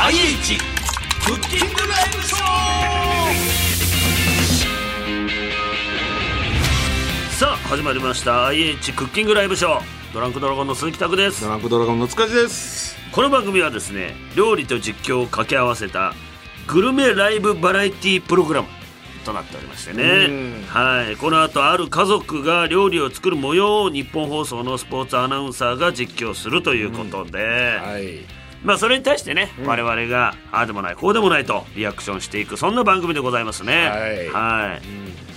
IH クッキングライブショーさあ始まりました IH クッキングライブショードランクドラゴンの鈴木拓ですドランクドラゴンの塚地です。この番組はですね料理と実況を掛け合わせたグルメライブバラエティプログラムとなっておりましてねんはいこの後ある家族が料理を作る模様を日本放送のスポーツアナウンサーが実況するということで、い。まあそれに対してね、我々がああでもないこうでもないとリアクションしていくそんな番組でございますねはいは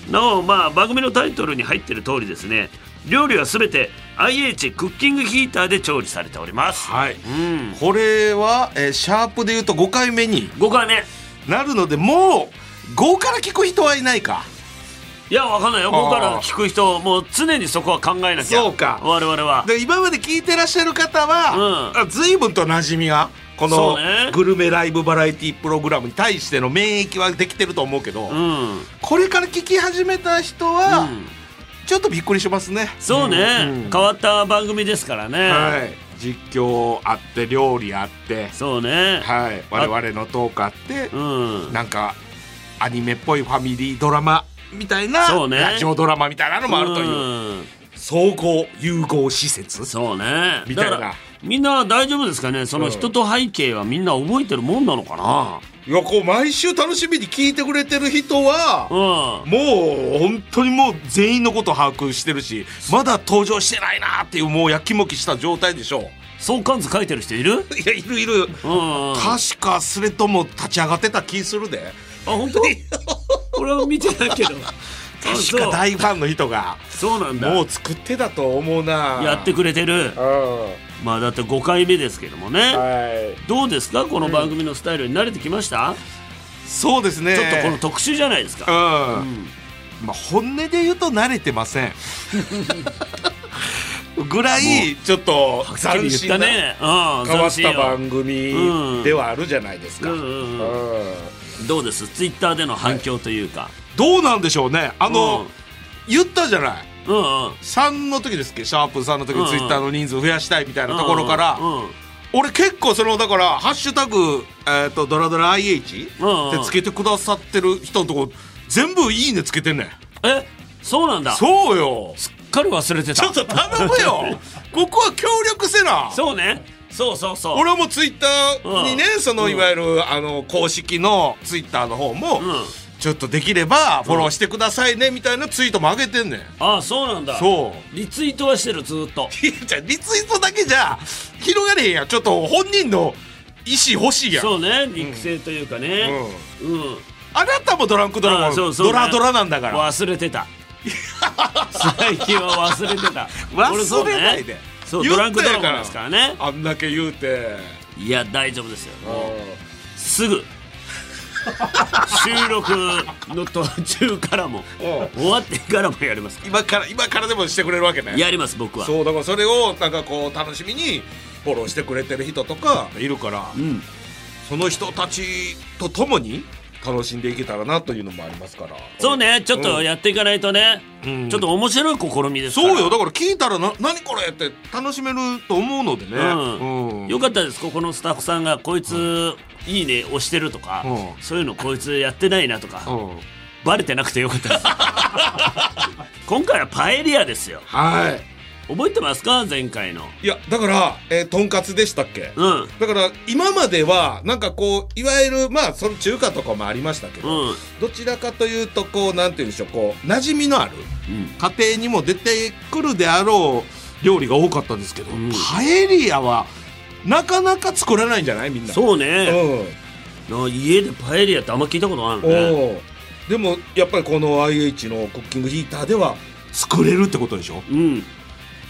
いなおまあ番組のタイトルに入ってる通りですね料理はすべて IH クッキングヒーターで調理されておりますはい。うんこれは、えーシャープで言うと5回目に5回目なるので、もう5から聞く人はいないか。いやわかんないよあー5から聞く人もう常にそこは考えなきゃそうか我々はで今まで聞いてらっしゃる方は、うんあ随分と馴染みがこそのうねグルメライブバラエティプログラムに対しての免疫はできてると思うけど、うんこれから聞き始めた人は、うんちょっとびっくりしますね。そうね、うん変わった番組ですからね、はい。実況あって料理あって、そうね、はい。我々のトークあって、うんなんかアニメっぽいファミリードラマみたいなそうねラジオドラマみたいなのもあるという、ん総合融合施設そうねみたいなだからみんな大丈夫ですかねそのうん人と背景はみんな覚えてるもんなのかないやこう毎週楽しみに聞いてくれてる人は、うんもう本当にもう全員のこと把握してるしまだ登場してないなっていうもうやきもきした状態でしょう相関図書いてる人いるいやいるいるうんうんあ確かスレッドも立ち上がってた気するで本当俺は見てない けどあ確か大ファンの人がそうそうなんだもう作ってたと思うなやってくれてるうんはまあだって5回目ですけどもね、いどうですかこの番組のスタイルに慣れてきました、そうですねちょっとこの特集じゃないですか、う、うんんまあ本音で言うと慣れて ませんぐらいちょっとはっきり言っ斬新たなね、うん、変わっ斬新たよ番組うんではあるじゃないですか、うんうんううんどうですツイッターでの反響というか、どうなんでしょうねあの、うん言ったじゃないうんうん3の時ですっけシャープ3の時うんうんツイッターの人数増やしたいみたいなところから、うんうん俺結構そのだから「ハッシュタグ、えー、とドラドラ IH」うんうんってつけてくださってる人のとこ全部「いいね」つけてんねんえそうなんだそうよすっかり忘れてたちょっと頼む よここは協力せなそうねそうそうそう俺はもうツイッターにね、うんそのうんいわゆる、あの公式のツイッターの方も、うんちょっとできればフォローしてくださいねみたいなツイートも上げてんねん、ああそうなんだそう リツイートはしてるずーっといやじゃあリツイートだけじゃ広がれへんやんちょっと本人の意思欲しいやんそうね肉声というかねうん、あなたもドランクドラゴあンそうそうねドラドラなんだから忘れて た最近は忘れてた俺そ忘うねれないでそう言ドラったやンかクらドラゴンですからねあんだけ言うていや大丈夫ですようんすぐ収録の途中からもうん終わってからもやりますか今から今からでもしてくれるわけねらやります僕はそうだからそれをなんかこう楽しみにフォローしてくれてる人とかいるから、うんその人たちと共に楽しんでいけたらなというのもありますからそうねちょっとうんやっていかないとね、うんちょっと面白い試みですからそうよだから聞いたらな何これって楽しめると思うのでね、うんよかったですここのスタッフさんがこいついいね押してるとか、うんそういうのこいつやってないなとか、うんバレてなくてよかったです 今回はパエリアですよは覚えてますか前回のいいやだから、えー、とんかつでしたっけ、うんだから今まではなんかこういわゆるまあその中華とかもありましたけど、うんどちらかというとこうなんて言うんでしょうこう馴染みのあるうん家庭にも出てくるであろう料理が多かったんですけど、うんパエリアはなかなか作らないんじゃないみんなう、そうね、んな家でパエリアってあんま聞いたことないのねおうでもやっぱりこの IH のクッキングヒーターでは作れるってことでしょうん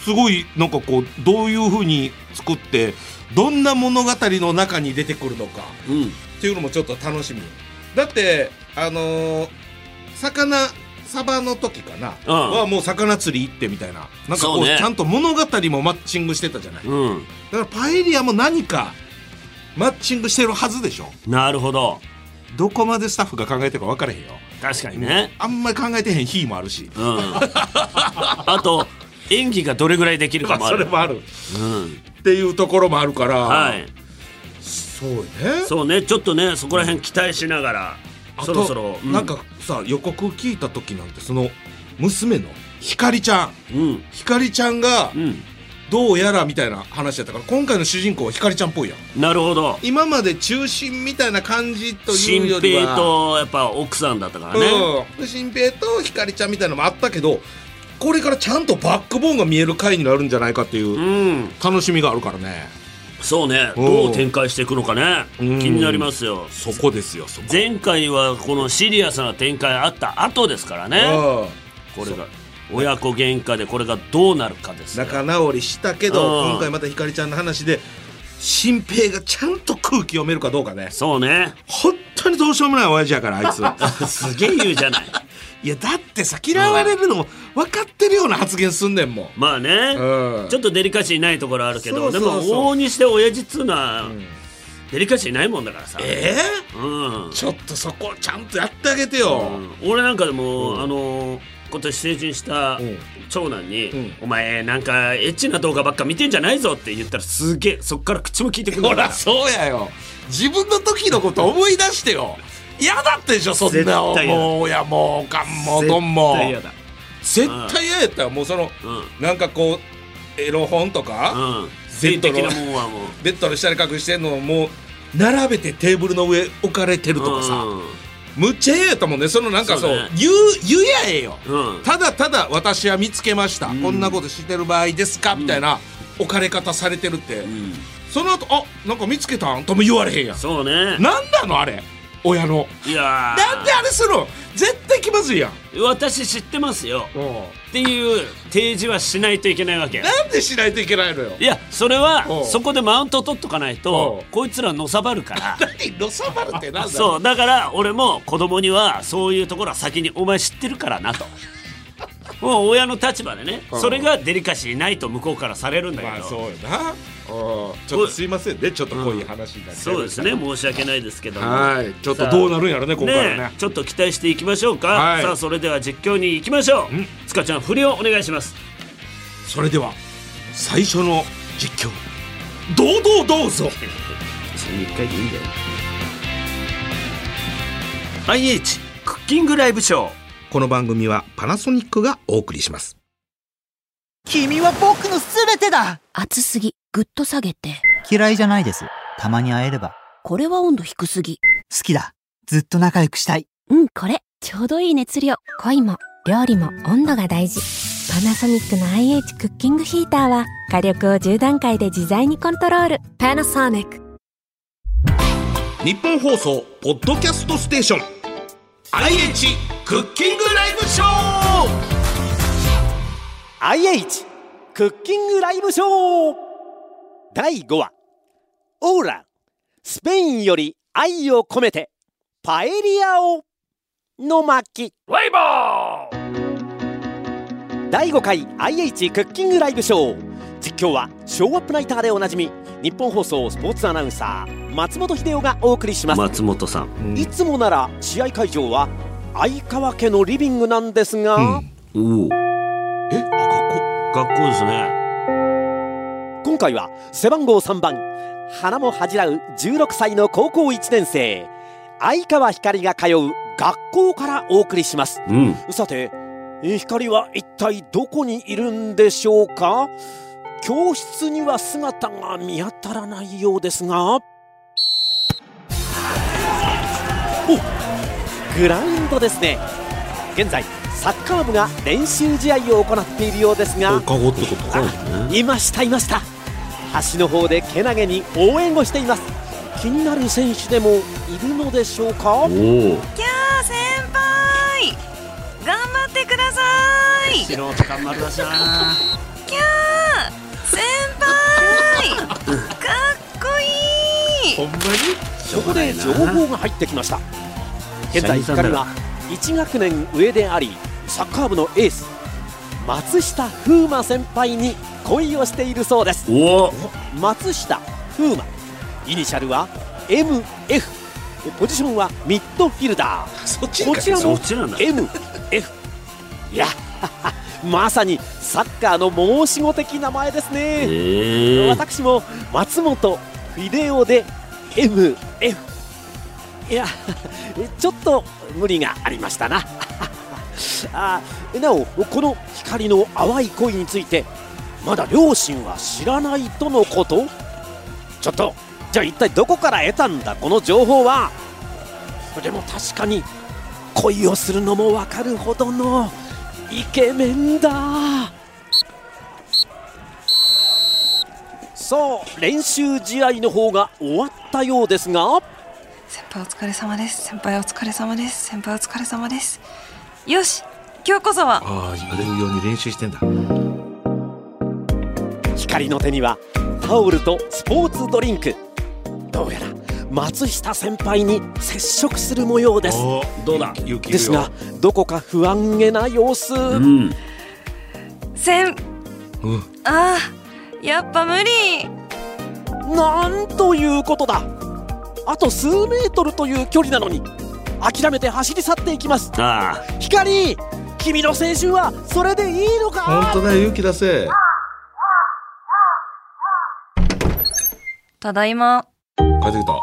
すごいなんかこうどういうふうに作ってどんな物語の中に出てくるのかうんっていうのもちょっと楽しみだってあのー魚サバの時かな、うんはもう魚釣り行ってみたいななんかこそううねちゃんと物語もマッチングしてたじゃないうんだからパエリアも何かマッチングしてるはずでしょなるほどどこまでスタッフが考えてるか分からへんよ確かにねあんまり考えてへん日もあるしうん あと演技がどれぐらいできるかもあそれるもあるうんっていうところもあるから、はいそうねそうねちょっとねそこら辺期待しながら、あそとろそろ、うなんかさ予告聞いた時なんてその娘のひかりちゃんうんひかりちゃんがうんどうやらみたいな話やったから今回の主人公はひかりちゃんっぽいやんなるほど今まで中心みたいな感じという新より平はとやっぱ奥さんだったからね、、うん、新平とひかりちゃんみたいなのもあったけどこれからちゃんとバックボーンが見える回になるんじゃないかっていううん楽しみがあるからねそうねうんどう展開していくのかね気うんになりますよそこですよそこ前回はこのシリアスな展開あった後ですからねうこれが親子喧嘩でこれがどうなるかですんよ仲直りしたけど、うん今回またひかりちゃんの話で新平がちゃんと空気読めるかどうかねそうね本当にどうしようもない親父やからあ いつすげえ言うじゃないいやだってさ嫌われるのも分かってるような発言すんねんもんまあね、うんちょっとデリカシーないところあるけどそうそうそうでも往々にして親父っつうのは、デリカシーないもんだからさええうんちょっとそこちゃんとやってあげてよ、うん俺なんかでも、あのー今年成人したうん長男に、うんお前なんかエッチな動画ばっか見てんじゃないぞって言ったらすげえそっから口も聞いてくるんほだかららそうやよ自分の時のこと思い出してよ嫌だったでしょそん絶な対嫌だもう親もおかんもおとんも絶対嫌だ絶対嫌やったよもうそのうなんかこうエロ本とかんうん性的なもんはもうベッドの下に隠してんのをもう並べてテーブルの上置かれてるとかさうむっちゃ嫌やったもんねそのなんかそうそうだね言う言うやええよんうんただただ私は見つけましたこんなことしてる場合ですかみたいな置かれ方されてるってうんその後あなんか見つけたんとも言われへんやんそうねなんなのあれ親のいやーなんであれするの絶対気まずいやん私知ってますよっていう提示はしないといけないわけなんでしないといけないのよいやそれおはうそこでマウント取っとかないおとうこいつらのさばる から何のさばるってなんだそううだから俺も子供にはそういうところは先にお前知ってるから なともう親の立場でねうんそれがデリカシーないと向こうからされるんだまけあどそうよなおうちょっとすいませんねちょっとこういう話になりましたそうですね申し訳ないですけどもはいちょっとどうなるんやろねここからねねちょっと期待していきましょうか、はいさあそれでは実況に行きましょうんう塚ちゃん振りをお願いしますそれでは最初の実況どうどうどうぞ1回でいいんだよ IH クッキングライブショーこの番組はパナソニックがお送りします君は僕のすべてだ熱すぎ。ぐっと下げて。嫌いじゃないです。たまに会えれば。これは温度低すぎ。好きだ。ずっと仲良くしたい。うん、これ。ちょうどいい熱量。恋も、料理も温度が大事。パナソニックの IH クッキングヒーターは火力を10段階で自在にコントロール。パナソニック。日本放送ポッドキャストステーション IH クッキングライブショー IH クッキングライブショー第5話オーラスペインより愛を込めてパエリアをの巻ワイボー第5回 IH クッキングライブショー実況はショーアップナイターでおなじみ日本放送スポーツアナウンサー松本秀夫がお送りします、松本さんいつもなら試合会場は相川家のリビングなんですが、おおえあ学校学校ですね今回は背番号3番花も恥じらう16歳の高校1年生相川光が通う学校からお送りしますうんさてえ光は一体どこにいるんでしょうか教室には姿が見当たらないようですがおグラウンドですね現在サッカー部が練習試合を行っているようですが放課後ってことかあいましたいました橋の方でけなげに応援をしています気になる選手でもいるのでしょうかおおきゃー先輩頑張ってください素人頑張りましたなきゃー先輩かっこいいほんまにそこで情報が入ってきました現在社員さんだ光ろは1学年上でありサッカー部のエース松下風磨先輩に恋をしているそうですおお松下風磨イニシャルは MF ポジションはミッドフィルダーそっちこちらそもっちなんだ M、F いや まさにサッカーの申し子的名前ですね、ええ私も松本フィデオで MF いやちょっと無理がありましたな あなおこの光の淡い恋についてまだ両親は知らないとのことちょっとじゃあ一体どこから得たんだこの情報はでも確かに恋をするのも分かるほどのイケメンだそう練習試合の方が終わったようですが先輩お疲れ様です先輩お疲れ様です先輩お疲れ様ですよし今日こそはああ言われるように練習してんだ光の手にはタオルとスポーツドリンクどうやら松下先輩に接触する模様ですおーどうだ勇気いでるすよがどこか不安げな様子、うん先うんあーやっぱ無理なんということだあと数メートルという距離なのに諦めて走り去っていきますあ光君の青春はそれでいいの本か当だよ勇気出せただいま帰ってきた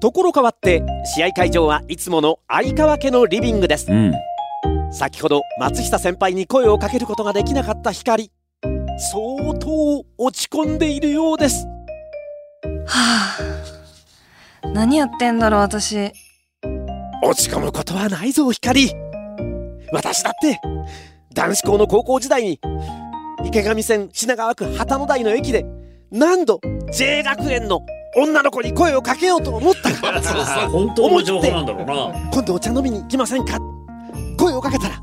ところ変わって試合会場はいつもの相川家のリビングですあうん先ほど松下先輩に声をかけることができなかった光相当落ち込んでいるようですはあ何やってんだろう私落ち込むことはないぞ光私だって男子校の高校時代に池上線品川区旗野台の駅で何度 J 学園の女の子に声をかけようと思ったが 本当の情報なんだろうな今度お茶飲みに行きませんか声をかけたら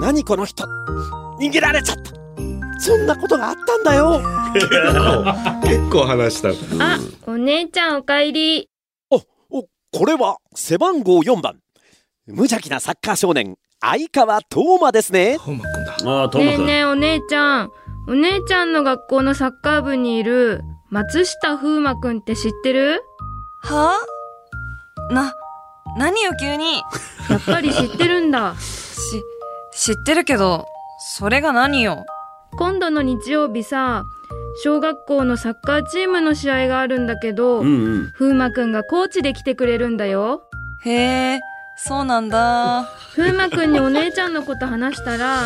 何この人逃げられちゃったそんなことがあったんだよ結構話したんだあ、お姉ちゃんおかえり。おこれは背番号4番無邪気なサッカー少年相川斗真ですね本間君だああトねムえ君、ねえお姉ちゃん。お姉ちゃんの学校のサッカー部にいる松下風磨くんって知ってるはあな何よ急にやっぱり知ってるん だ。し知ってるけどそれが何よ今度の日曜日さ、小学校のサッカーチームの試合があるんだけど、うんうん風磨くんがコーチで来てくれるんだよ。へえそうなんだ風磨くんにお姉ちゃんのこと話したら、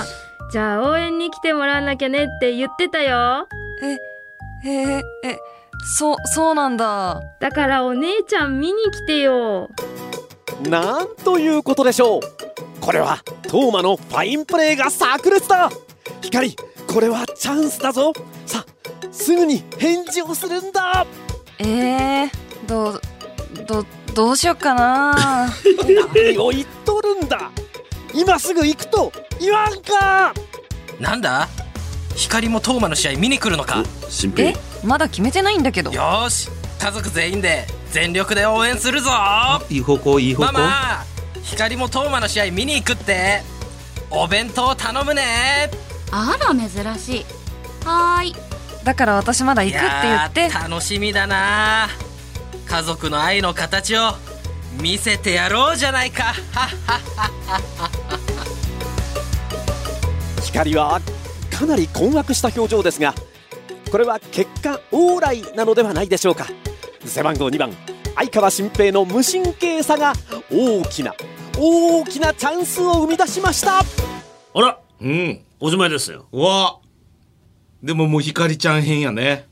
じゃあ応援に来てもらわなきゃねって言ってたよ。へええそうそうなんだだからお姉ちゃん見に来てよ。なんということでしょうこれはトーマのファインプレーが炸裂だ光これはチャンスだぞさあすぐに返事をするんだえー、どうどどうしよっか な何を言っとるんだ今すぐ行くと言わんかなんだ光もトーマの試合見に来るのかよ新品えまだ決めてないんだけどーし家族全員で全力で応援するぞマいい方向いい方向マ光もトーマの試合見に行くってお弁当頼むねあら珍しいはーいだから私まだ行くって言やってー楽しみだな家族の愛の形を見せてやろうじゃないかはっ光はかなり困惑した表情ですがこれは結果往来なのではないでしょうか背番号2番相川新平の無神経さが大きな大きなチャンスを生み出しましたあらうんおしまいですようわでももうひかりちゃん編やね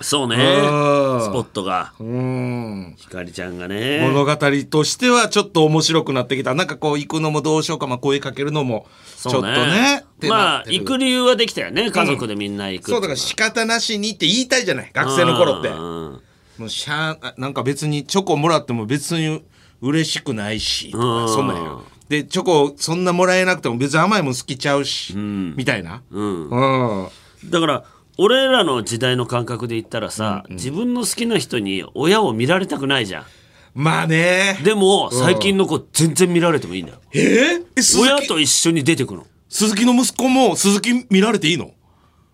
そうねあースポットがうんひかりちゃんがね物語としてはちょっと面白くなってきた。なんかこう行くのもどうしようか、まあ声かけるのもちょっそとうね。ってまなあってる行く理由はできたよね家族でみんな行くそうだから仕方なしにって言いたいじゃない学生の頃って。うんもうしゃああなんか別にチョコもらっても別に嬉しくないし、とうかんそんなんや。で、チョコそんなもらえなくても別に甘いもん好きちゃうし、みたいな。うんうん。だから俺らの時代の感覚で言ったらさ、自分の好きな人に親を見られたくないじゃまあねん。でも最近の子全然見られてもいいんだよえー、え鈴親木と一緒に出てくの鈴木の息子も鈴木見られていいの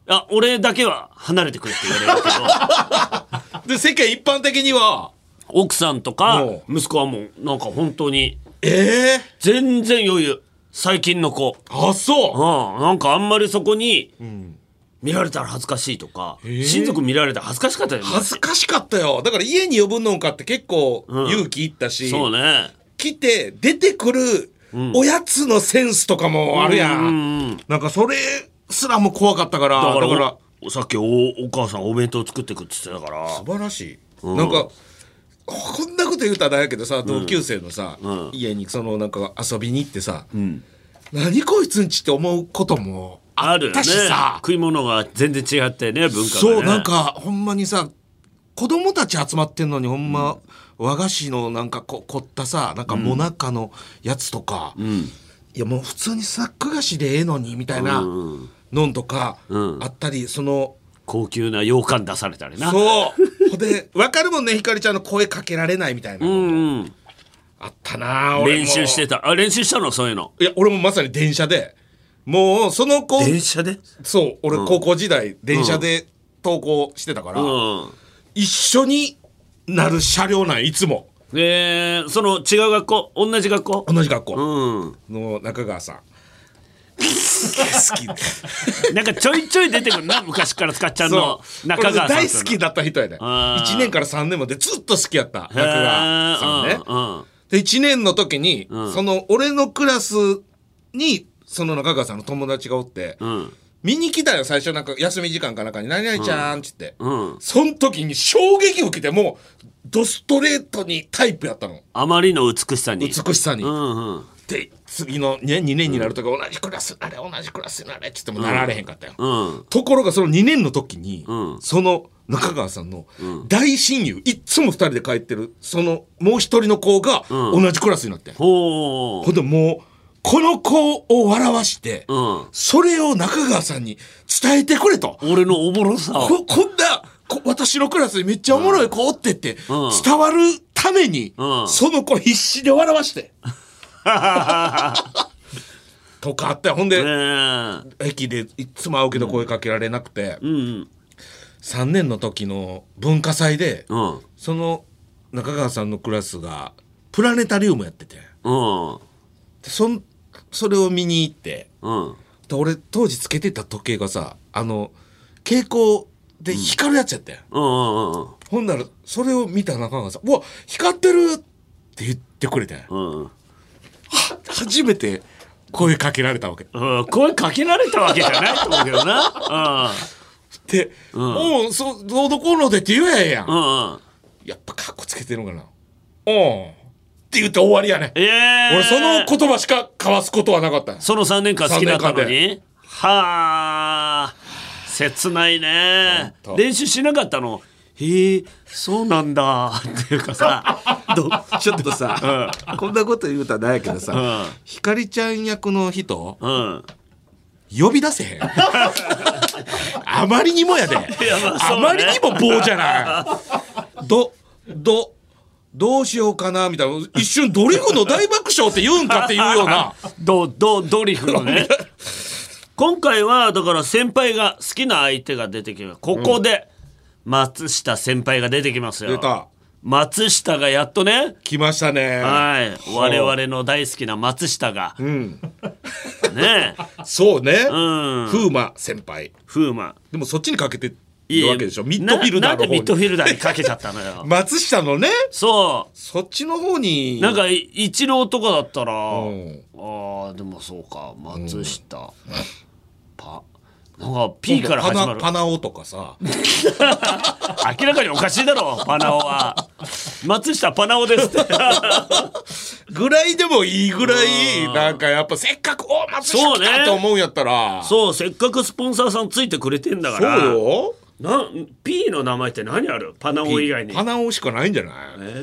あ俺だけは離れてくれって言われるけ どで、世間一般的には、奥さんとかおう息子はもうなんか本当にええ全然余裕最近の子あ、そう。うんなんかあんまりそこに見られたら恥ずかしいとか、親族見られたら恥ずかしかったよね恥ずかしかったよだから家に呼ぶのかって結構うん勇気いったし、そうね来て出てくるおやつのセンスとかもあるやん、うんうんうんなんかそれすらも怖かったからだだかかららおさっきおお母さんお弁当作ってくって言ってたから素晴らしい、んなんかこんなこと言うたらなんやけどさ同級生のさ、うん家にそのなんか遊びに行ってさ、何こいつんちって思うこともああっるよねたしさ、食い物が全然違ってね文化がねそうなんかほんまにさ子供たち集まってんのにほんま、和菓子のなんかこ凝ったさなんかもなかのやつとか、いやもう普通にサック菓子でええのにみたいなのんとかうんあったり、その高級な洋館出されたりなそうほんで分かるもんねひかりちゃんの声かけられないみたいな、うんうんあったな俺も練習してたあ練習したのそういうのいや俺もまさに電車でもうその子車でそう俺高校時代、電車で登校してたから、うん一緒になる車両なんいつもえー、その違う学校同じ学校同じ学校うんの中川さん、 好きなんかちょいちょい出てくるな昔から使っちゃうの中川さん大好きだった人やで、ね、あー1年から3年までずっと好きやった中中川さんね、うんで1年の時に、うんその俺のクラスにその中川さんの友達がおって、うん見に来たよ最初なんか休み時間かなんかに「何々ちゃん」っつって、うんうんその時に衝撃を受けてもうドストレートにタイプやったのあまりの美しさに美しさに、うんうんで次の、ね、2年になるとか同じクラスになれ同じクラスになれっつってもなられへんかったよ、うんところがその2年の時に、うんその中川さんの大親友、いっつも2人で帰ってるそのもう一人の子がう同んじクラスになって、ほほんでもうこの子を笑わして、ううんそれを中川さんに伝えてくれと、俺のおもろさをここんなこ私のクラスにめっちゃおもろい子おってって、うん伝わるために、うんその子必死で笑 わして。とかあったよほんで、ね駅でいっつも会うけど声かけられなくて、えうん3年の時の文化祭で、うんその中川さんのクラスがプラネタリウムやっててうんでそんそれを見に行ってうんで俺当時つけてた時計がさあの蛍光で光るやつやったよ、うんうんうんほんならそれを見た中川さん「うわ光ってる!」って言ってくれてうん初めて声かけられたわけうん、声かけられたわけじゃないと思うけどな。で「んおうそうどうのこうので」って言えやうん。んやん、うん。やっぱかっこつけてるのかな「おうって言って終わりやねええ俺その言葉しか交わすことはなかったよその3年間好きだったの三年にはあ切ないねほんと練習しなかったのへえそうなんだっていうか さどちょっとさ、こんなこと言うたらなんやけどさ、うんひかりちゃん役の人うん呼び出 せへんあまりにもやでまああそうねまりにも棒じゃないどどどうしようかなみたいな一瞬ドリフの大爆笑って言うんかっていうようなドドドリフのね今回はだから先輩が好きな相手が出てきますここで松下先輩が出てきますよ出た松下がやっとね来ましたねはい我々の大好きな松下が、ねえそうね、ん風磨先輩風磨でもそっちにかけているわけでしょミッドフィルなダーなんでのミッド方フにィルダーにかけちゃったの よ松下のねそそっちの方うになんかい一郎とかだったら、んあーでもそうか松下、パなんか P から始まるパナパナオとかさ明らかにおかしいだろパナオ は松下パナオですってぐらいでもいいぐらいうんなんかやっぱせっかくお松そ下う来ねたと思うんやったらそうせっかくスポンサーさんついてくれてんだからそうよな P の名前って何あるパナオ以外にパナオしかないんじゃない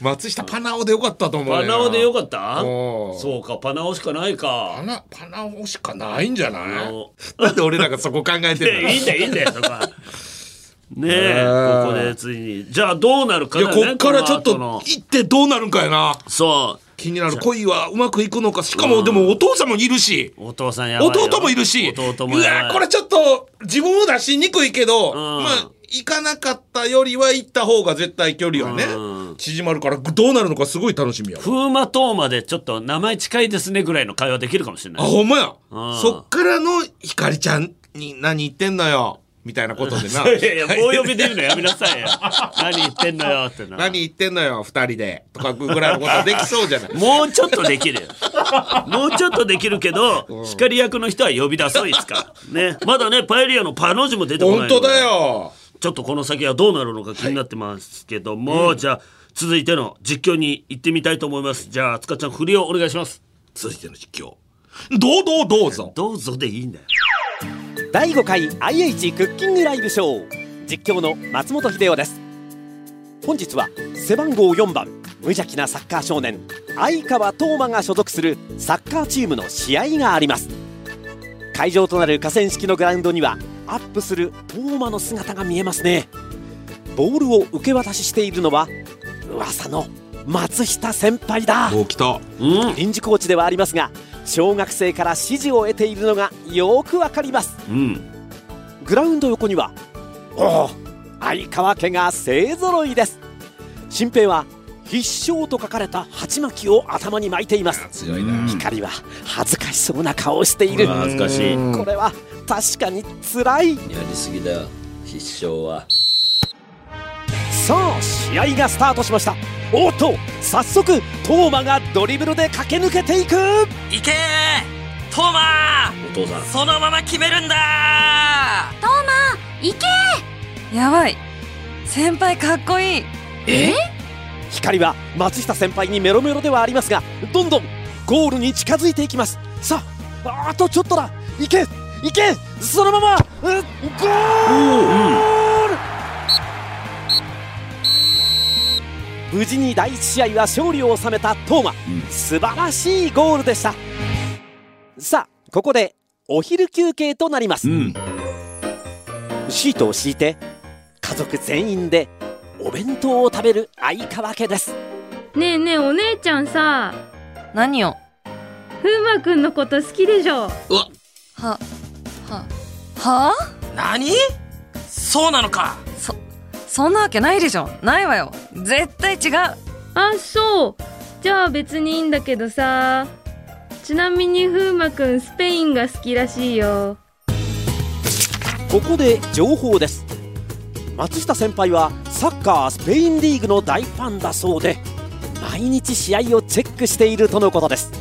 松下パナオでよかったと思うパナオでよかっったうんそうかパナオしかないパかナパナオしかないんじゃなあいのなんで俺らがそこ考えているやの いいんだよいいんだよそこはねえうんここでついにじゃあどうなるかいだやよこねっからちょっこの後との行ってどうなるんかやなそ気になる恋はうまくいくのかしかもでもお父さんもいるしうお父さんやばいよ弟もいるし弟もやばいうわこれちょっと自分を出しにくいけど、んまあ行かなかったよりは行った方が絶対距離はね、うん縮まるからどうなるのかすごい楽しみやわ風魔島までちょっと名前近いですねぐらいの会話できるかもしれあ ないほんまやうんそっからのひかりちゃんに何言ってんのよみたいなことでな いやいや棒読みで言うのやめなさい よ何言ってんのよってな何言ってんのよ二人でとかぐらいのことできそうじゃな いもうちょっとできる よもうちょっとできるけど、光役の人は呼び出そういつかねまだねパエリアのパの字も出てこない本ので当だよちょっとこの先はどうなるのか気になってますけども、じゃあ続いての実況に行ってみたいと思いますじゃあつかちゃん振りをお願いします続いての実況どうどうどうぞどうぞでいいんだよ第5回 IH クッキングライブショー実況の松本秀夫です本日は背番号4番無邪気なサッカー少年相川斗真が所属するサッカーチームの試合があります会場となる河川敷のグラウンドにはアップする斗真の姿が見えますねボールを受け渡ししているのは噂の松下先輩だお来たうん臨時コーチではありますが小学生から指示を得ているのがよくわかりますうんグラウンド横にはおお相川家が勢ぞろいです新平は必勝と書かれた鉢巻きを頭に巻いています強いな光は恥ずかしそうな顔をしている恥ずかしいやこれは確かにつらいりすぎだよ必勝はさあ試合がスタートしましたおっと早速トーマがドリブルで駆け抜けていくいけートーマお父さんーそのまま決めるんだいけやばい先輩かっこいい光は松下先輩にメロメロではありますがどんどんゴールに近づいていきますさああとちょっとだいけいけそのままうゴール無事に第1試合は勝利を収めたトーマ、素晴らしいゴールでしたさあここでお昼休憩となります、うんシートを敷いて家族全員でお弁当を食べる相川家ですねえねえお姉ちゃんさ何を風磨くんのこと好きでしょはははあ何そうなのかそそんなわけないでしょないわよ絶対違うあそうじゃあ別にいいんだけどさちなみに風磨くんスペインが好きらしいよここで情報です松下先輩はサッカースペインリーグの大ファンだそうで毎日試合をチェックしているとのことです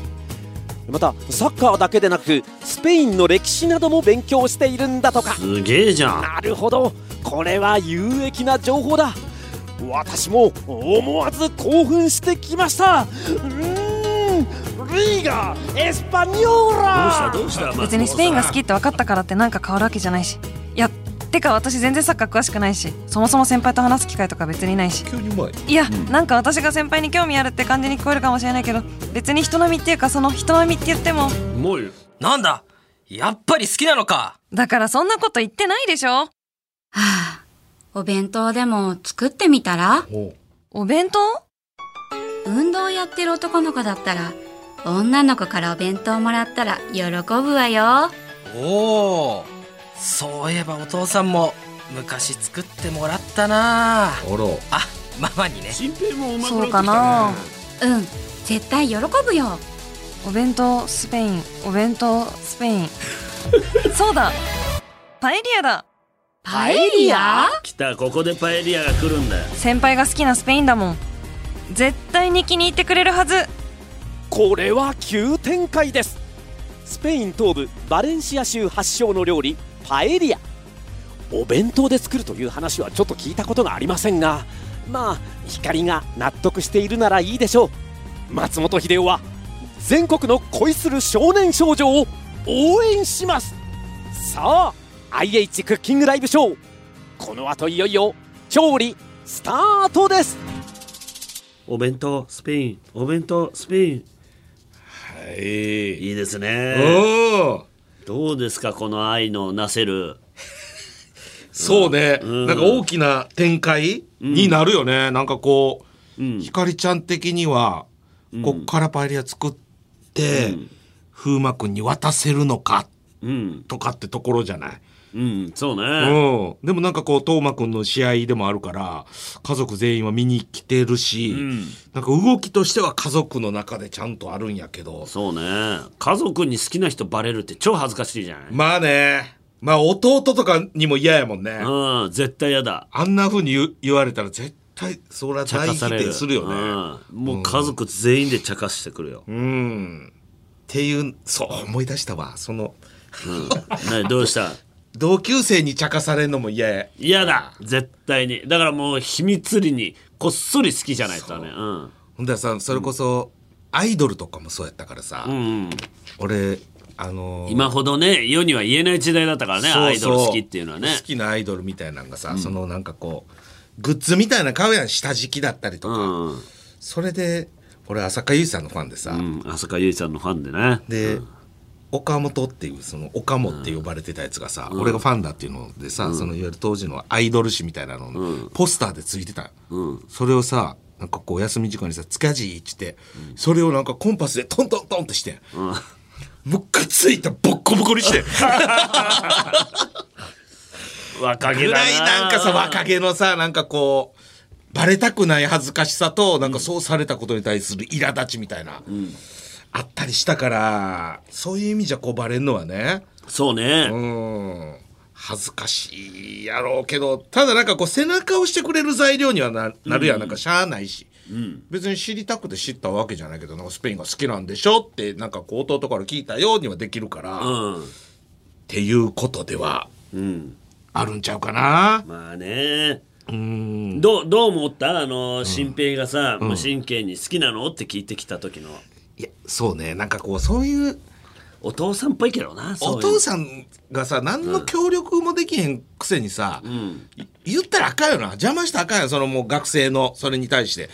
またサッカーだけでなくスペインの歴史なども勉強しているんだとかすげえじゃんなるほどこれは有益な情報だ私も思わず興奮してきましたうーんリーガエスパニョーどうしたラどうした松本さん別にスペインが好きって分かったからってなんか変わるわけじゃないしいやてか私全然サッカー詳しくないしそもそも先輩と話す機会とか別にないし急にうまいいや、なんか私が先輩に興味あるって感じに聞こえるかもしれないけど別に人並みっていうかその人並みって言ってももうよなんだやっぱり好きなのかだからそんなこと言ってないでしょお弁当でも作ってみたらお弁当運動やってる男の子だったら女の子からお弁当もらったら喜ぶわよおおそういえばお父さんも昔作ってもらったなああらママにね新平もうまくそうなかってきたなうん絶対喜ぶよお弁当スペインお弁当スペインそうだパエリアだパエリア来たここでパエリアが来るんだよ先輩が好きなスペインだもん絶対に気に入ってくれるはずこれは急展開ですスペイン東部バレンシア州発祥の料理パエリアお弁当で作るという話はちょっと聞いたことがありませんがまあ光が納得しているならいいでしょう松本秀夫は全国の恋する少年少女を応援しますさあ IH クッキングライブショーこの後いよいよ調理スタートですお弁当スペインお弁当スペインはいいいですおねーどうですかこの愛のなせるそうね、うんなんか大きな展開になるよね、なんかこう、うんひかりちゃん的には、こっからパエリア作って、風磨くんに渡せるのかうんとかってところじゃないうん、そううね。ん、でもなんかこう斗真君の試合でもあるから家族全員は見に来てるし、んなんか動きとしては家族の中でちゃんとあるんやけどそうね。家族に好きな人バレるって超恥ずかしいじゃない、まあねまあ弟とかにも嫌やもんね、うん、絶対嫌だ。あんなふうに言う言われたら絶対そりゃ茶大化否され定る。するよね、うん、もう家族全員で茶化してくるよ。うん。っていう、そう、思い出したわ。その、ね、どうした 同級生に茶化されるのも嫌や。嫌だ絶対に。だからもう秘密裏にこっそり好きじゃないとね。うん。ほんだらさ、それこそ、アイドルとかもそうやったからさ、うん、俺、あのー今ほどね世には言えない時代だったからねそうそうアイドル好きっていうのはね好きなアイドルみたいなのがさ、そのなんかこう、グッズみたいなの買うやん。下敷きだったりとか。うん、それで、俺、浅香唯さんのファンでさ、うん、浅香唯さんのファンでねで、岡本っていうその岡本って呼ばれてたやつがさ、俺がファンだっていうのでさ、そのいわゆる当時のアイドル誌みたいなののポスターでついてた、それをさなんかこう休み時間にさ「つかじい」っつって、それをなんかコンパスでトントントンってして、ムカついたボッコボコにして 若気ぐだらいなんかさ若気のさなんかこうバレたくない恥ずかしさとなんかそうされたことに対する苛立ちみたいな、あったりしたからそういう意味じゃこうバレんのはねそうね、うん恥ずかしいやろうけどただなんかこう背中を押してくれる材料にはななるやん、なんかしゃあないし、別に知りたくて知ったわけじゃないけどなんかスペインが好きなんでしょってなんかこう弟から聞いたようにはできるから、っうんていうことではうん、あるんちゃうかな。まあねどうどう思ったあの新平がさ、無神経に好きなのって聞いてきた時のいやそうねなんかこうそういうお父さんっぽいけどなそういうお父さんがさ何の協力もできへんくせにさ、い言ったらあかんよな邪魔したらあかんよそのもう学生のそれに対して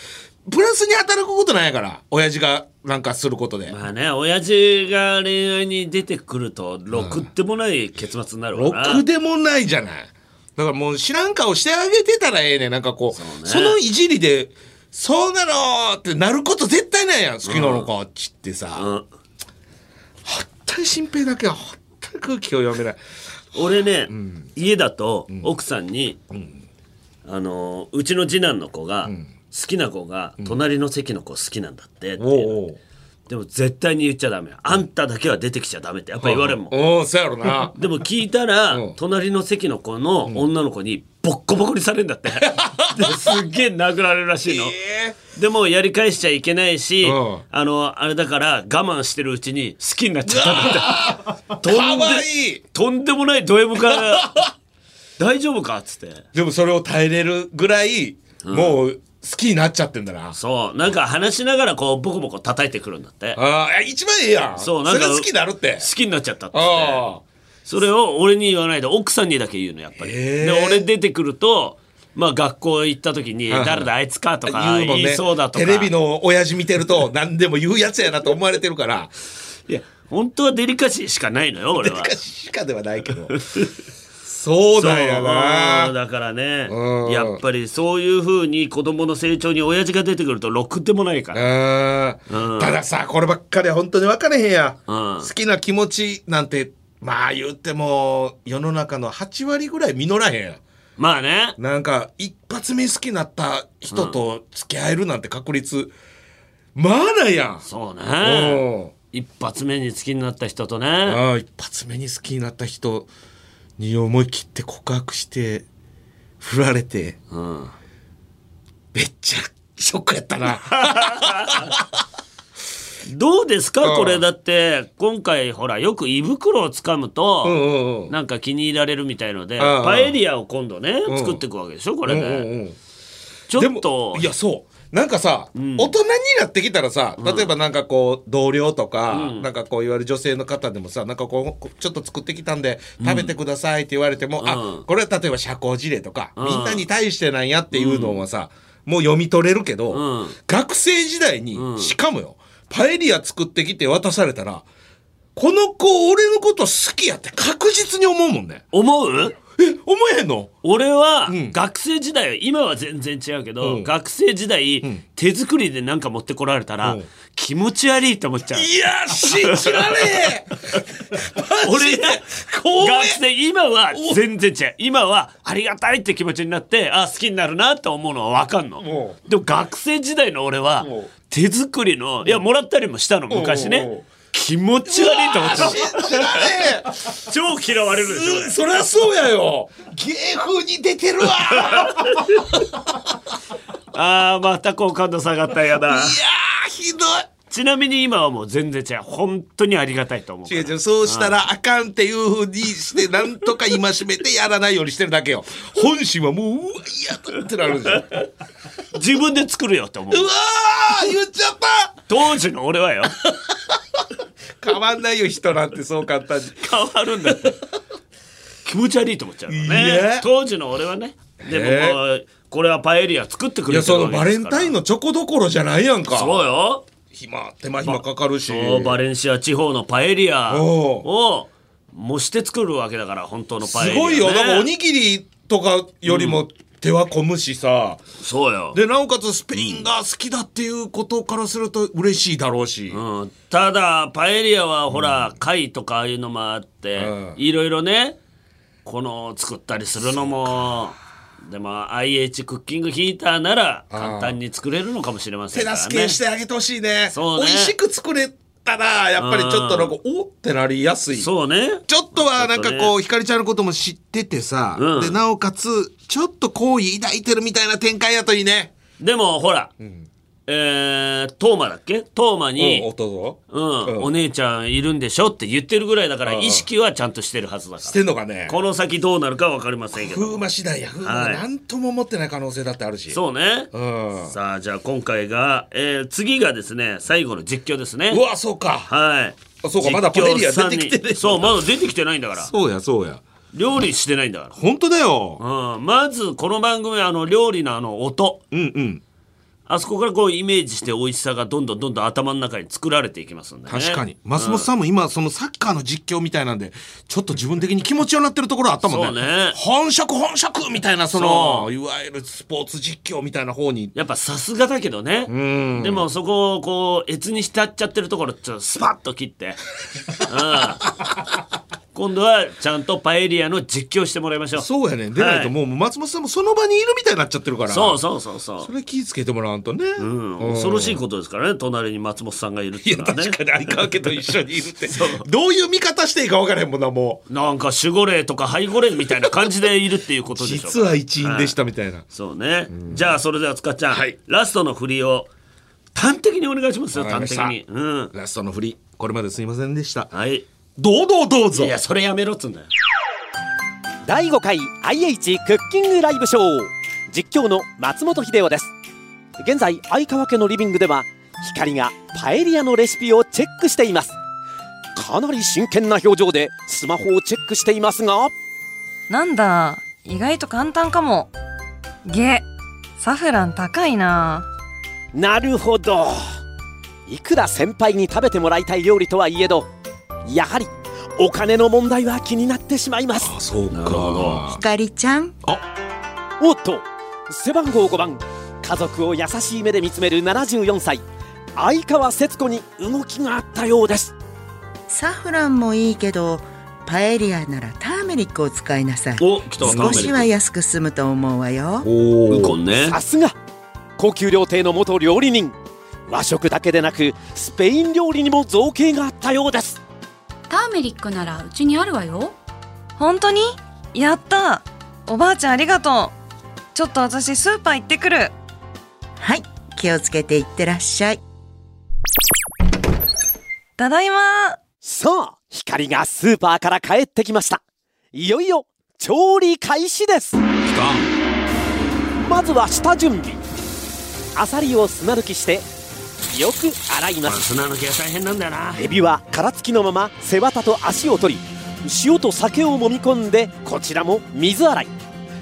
プラスに働くことないやから親父がなんかすることで、まあね親父が恋愛に出てくるとろくってもない結末になるろわな、くでもないじゃないだからもう知らん顔してあげてたらええねんなんかこうそのいじりで「そうなの!」ってなること絶対ないやん好きなのかっちってさ、う本ん当に新平だけは本当に空気を読めない俺ね、家だと奥さんに、あのうちの次男の子が、好きな子が隣の席の子好きなんだってっていうおうでも絶対に言っちゃダメあんただけは出てきちゃダメってやっぱ言われるもん、おうそうやろなでも聞いたら、うん隣の席の子の女の子にボッコボコにされるんだ ってですっげえ殴られるらしいの、でもやり返しちゃいけないし、うんあのあれだから我慢してるうちに好きになっちゃったんだって かわいいとんでもないド M から「大丈夫か?」っつってでもそれを耐えれるぐらい、もう好きになっちゃってんだな。そうなんか話しながらこうボコボコ叩いてくるんだってああ、一番ええやん。そうなんかれが好きになるって。好きになっちゃったっつってああ。それを俺に言わないで奥さんにだけ言うのやっぱり、へえで俺出てくるとまあ学校行った時に「はい誰だあいつか」とか言うもん言いね。そうだとかテレビの親父見てると 何でも言うやつやなと思われてるから、いや本当はデリカシーしかないのよ俺デはカしかではないけど。そうだよそうな。だからねうんやっぱりそういうふうに子供の成長に親父が出てくるとろくでもないからうんうんたださ、こればっかりは本当に分かれへんや。うん好きな気持ちなんて、まあ言っても世の中の8割ぐらい実らへんやん。まあねなんか一発目好きになった人と付き合えるなんて確率、まあないやん。そうねうん一発目に好きになった人とあねあ一発目に好きになった人に思い切って告白して振られてうんめっちゃショックやったな。どうですうかんこれだって今回ほらよく胃袋をつかむうんうとんうん。なんか気に入られるみたいのでうんうんパエリアを今度ねうん作っていくわけでしょこうれんうんでうんちょっとでもいやそうなんかさ、大人になってきたらさ例えばなんかこう同僚とか、なんかこういわゆる女性の方でもさなんかこうこちょっと作ってきたんで食べてくださいって言われても、うあんこれは例えば社交辞令とか、うんみんなに対してなんやっていうのはさ、もう読み取れるけど、うん学生時代に、うんしかもよパエリア作ってきて渡されたらこの子俺のこと好きやって確実に思うもんね。思うえ思えへんの俺はん学生時代、今は全然違うけど、うん学生時代、ん手作りで何か持ってこられたら、うん気持ち悪いって思っちゃう。いや信じ られへん俺ね、怖え学生、今は全然違う。今はありがたいって気持ちになって、あ、好きになるなって思うのは分かんのお。でも学生時代の俺はおう、手作りの、いや、もらったりもしたの、昔おうおねう。気持ち悪いと思っちゃう。信じられへん超嫌われるでしょ。 そりゃそうやよ芸風に出 てるわああ、また好感度下がったやだ。あーひどちなみに今はもう全然違う。本当にありがたいと思うかい違ら。う違うそうしたらあかんっていうふうにしてなんとか戒めてやらないようにしてるだけよ本心はもううわ嫌だってなるでしょうわ自分で作るよって思う。ー言っちゃった当時の俺はよ。変わんないよ人なんてそう簡単に変わるんだって気持ち悪いと思っちゃうのいいねえ当時の俺はねでもねえもうこれはパエリア作ってくいれやてるそわのけですからバレンタインのチョコどころじゃないやんかそうよ暇手間暇かかるしそうバレンシア地方のパエリアおを模して作るわけだから本当のパエリすア、ね、ごいよだからおにぎりとかよりも手は込むしさ、そうよ、でなおかつスペインが好きだっていうことからすると嬉しいだろうし、うん、ただパエリアはほら、貝とかああいうのもあって、うんいろいろねこの作ったりするのもでも IH クッキングヒーターなら簡単に作れるのかもしれません手からね助けしてあげてほしいねそうね美味しく作れたらやっぱりちょっとなんかおってなりやすいちょそうねっとはなんちょかっとこうひかりちゃんのことも知っててさ、うんでなおかつちょっと好意抱いてるみたいな展開やといいねでもほら、えー、トーマだっけトーマに、お弟うんうんお姉ちゃんいるんでしょって言ってるぐらいだからん意識はちゃんとしてるはずだかしてんのかねらこの先どうなるか分かりませんけ風ど磨次第や風磨はいなんとも思ってない可能性だってあるしそうね、うんさあじゃあ今回が、えー次がですね最後の実況ですねうわそうかはいあそう実か況まだパエリア出てきてさんねにそうまだ出てきてないんだからそうやそうや料理してないんだか本当だよら、うん、まずこの番組あの料理のあの音うんうんあそこからこうイメージして美味しさがどんどんどんどん頭の中に作られていきますんでね確かに松本さんも今そのサッカーの実況みたいなんでちょっと自分的に気持ちようになってるところあったもんねそうね本職本職みたいなそのそいわゆるスポーツ実況みたいな方にやっぱさすがだけどねんでもそこをこう越に浸っちゃってるところちょっとスパッと切 って、うん、今度はちゃんとパエリアの実況してもらいましょうそうやねでないともう松本さんもその場にいるみたいになっちゃってるからそうそうそうそうそれ気ぃつけてもらわんとねうん、恐ろしいことですからね隣に松本さんがいるっていいやうのは確ねかに相川家と一緒にいるって どういう見方していいか分からへんもんなもうなんか守護霊とか背後霊みたいな感じでいるっていうことでしょう実は一員でしたみたいなそうね、じゃあそれでは塚ちゃん、はいラストの振りを端的にお願いしますよわかりま端し的たにうんラストの振りこれまですいませんでしたはいどうどうどうぞいやそれやめろっつうんだよ第5回 IH クッキングライブショー実況の松本秀夫です現在相川家のリビングでは光がパエリアのレシピをチェックしていますかなり真剣な表情でスマホをチェックしていますがなんだ、意外と簡単かも。げ、サフラン高いな。なるほどいくら先輩に食べてもらいたい料理とはいえどやはりお金の問題は気になってしまいますあそうかひかりちゃんおっと背番号5番家族を優しい目で見つめる74歳相川節子に動きがあったようですサフランもいいけどパエリアならターメリックを使いなさいお来たわ少しは安く済むと思うわよおウコンねさすが高級料亭の元料理人和食だけでなくスペイン料理にも造形があったようですターメリックならうちにあるわよ本当にやったおばあちゃんありがとう。ちょっと私スーパー行ってくる。はい気をつけていってらっしゃいただいま。さあ光がスーパーから帰ってきましたいよいよ調理開始ですまずは下準備アサリを砂抜きしてよく洗います砂抜きは大変なんだよなエビは殻付きのまま背わたと足を取り塩と酒を揉み込んでこちらも水洗い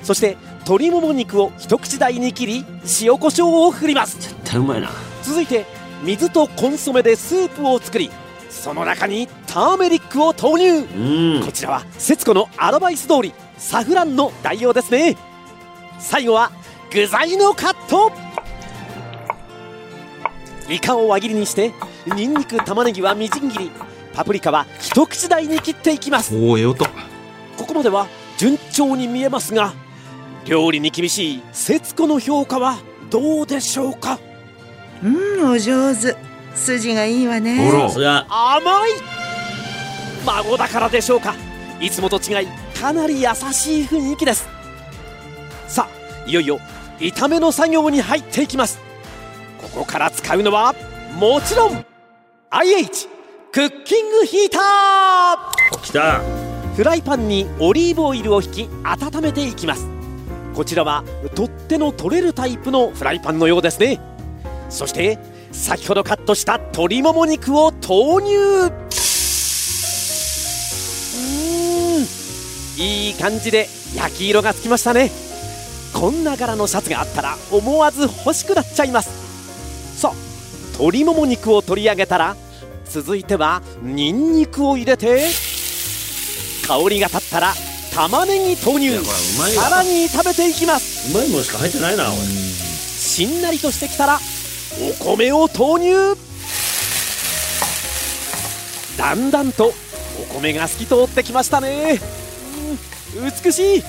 そして鶏もも肉を一口大に切り塩コショウを振ります絶対うまいな続いて水とコンソメでスープを作りその中にターメリックを投入うんこちらは節子のアドバイス通りサフランの代用ですね最後は具材のカットイカを輪切りにしてニンニク玉ねぎはみじん切りパプリカは一口大に切っていきますおおええ音ここまでは順調に見えますが料理に厳しい節子の評価はどうでしょうかうんお上手筋がいいわね甘い孫だからでしょうかいつもと違いかなり優しい雰囲気ですさあいよいよ炒めの作業に入っていきますここから使うのはもちろん IH クッキングヒーターきたフライパンにオリーブオイルを引き温めていきますこちらは取っ手の取れるタイプのフライパンのようですねそして先ほどカットした鶏もも肉を投入うーんいい感じで焼き色がつきましたねこんな柄のシャツがあったら思わず欲しくなっちゃいますさあ鶏もも肉を取り上げたら続いてはニンニクを入れて香りが立ったら玉ねぎ投入まいわさらに炒めていきますうまいもんしか入ってないな俺しんなりとしてきたらお米を投入だんだんとお米が透き通ってきましたねうん美しい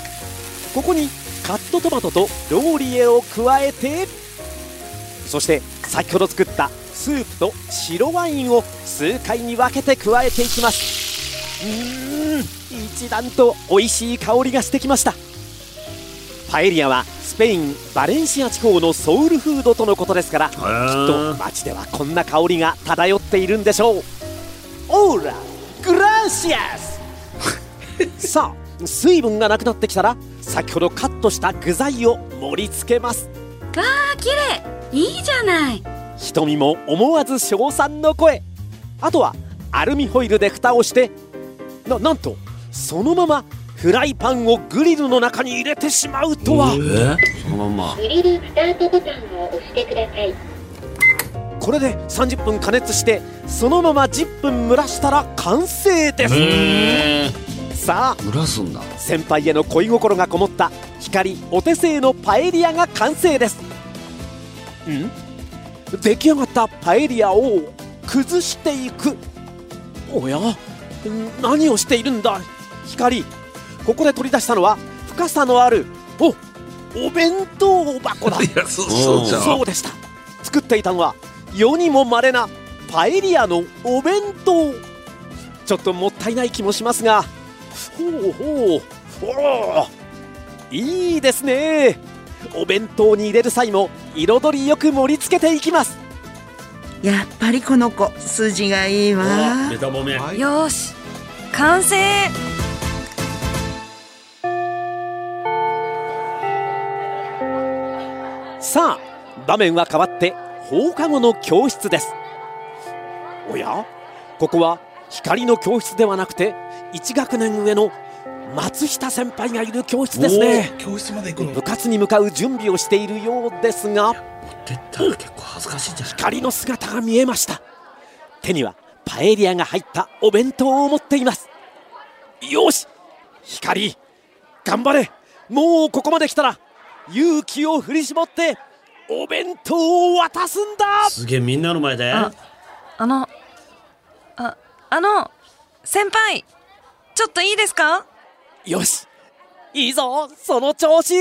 ここにカットトマトとローリエを加えてそして先ほど作ったスープと白ワインを数回に分けて加えていきますうーん一段と美味しい香りがしてきましたパエリアはスペインバレンシア地方のソウルフードとのことですからきっと街ではこんな香りが漂っているんでしょうオーラグラシアスさあ水分がなくなってきたら先ほどカットした具材を盛り付けますわあ綺麗いいじゃない瞳も思わず称賛の声あとはアルミホイルで蓋をしてななんとそのままフライパンをグリルの中に入れてしまうとは、そのまんまグリルスタートボタンを押してくださいこれで30分加熱してそのまま10分蒸らしたら完成ですさあ蒸らすんだ先輩への恋心がこもった光お手製のパエリアが完成ですん出来上がったパエリアを崩していくおやん何をしているんだ光ここで取り出したのは深さのあるおお弁当箱だそうそうじゃんそうでした作っていたのは世にも稀なパエリアのお弁当ちょっともったいない気もしますがほうほうほういいですねお弁当に入れる際も彩りよく盛り付けていきますやっぱりこの子筋がいいわベタ褒めよーし完成さあ場面は変わって放課後の教室ですおやここは光の教室ではなくて1学年上の松下先輩がいる教室ですねおー教室まで行くの部活に向かう準備をしているようですが結構恥ずかしいんじゃない光の姿が見えました手にはパエリアが入ったお弁当を持っていますよし光頑張れもうここまで来たら勇気を振り絞ってお弁当を渡すんだすげえみんなの前であのああの先輩ちょっといいですかよしいいぞその調子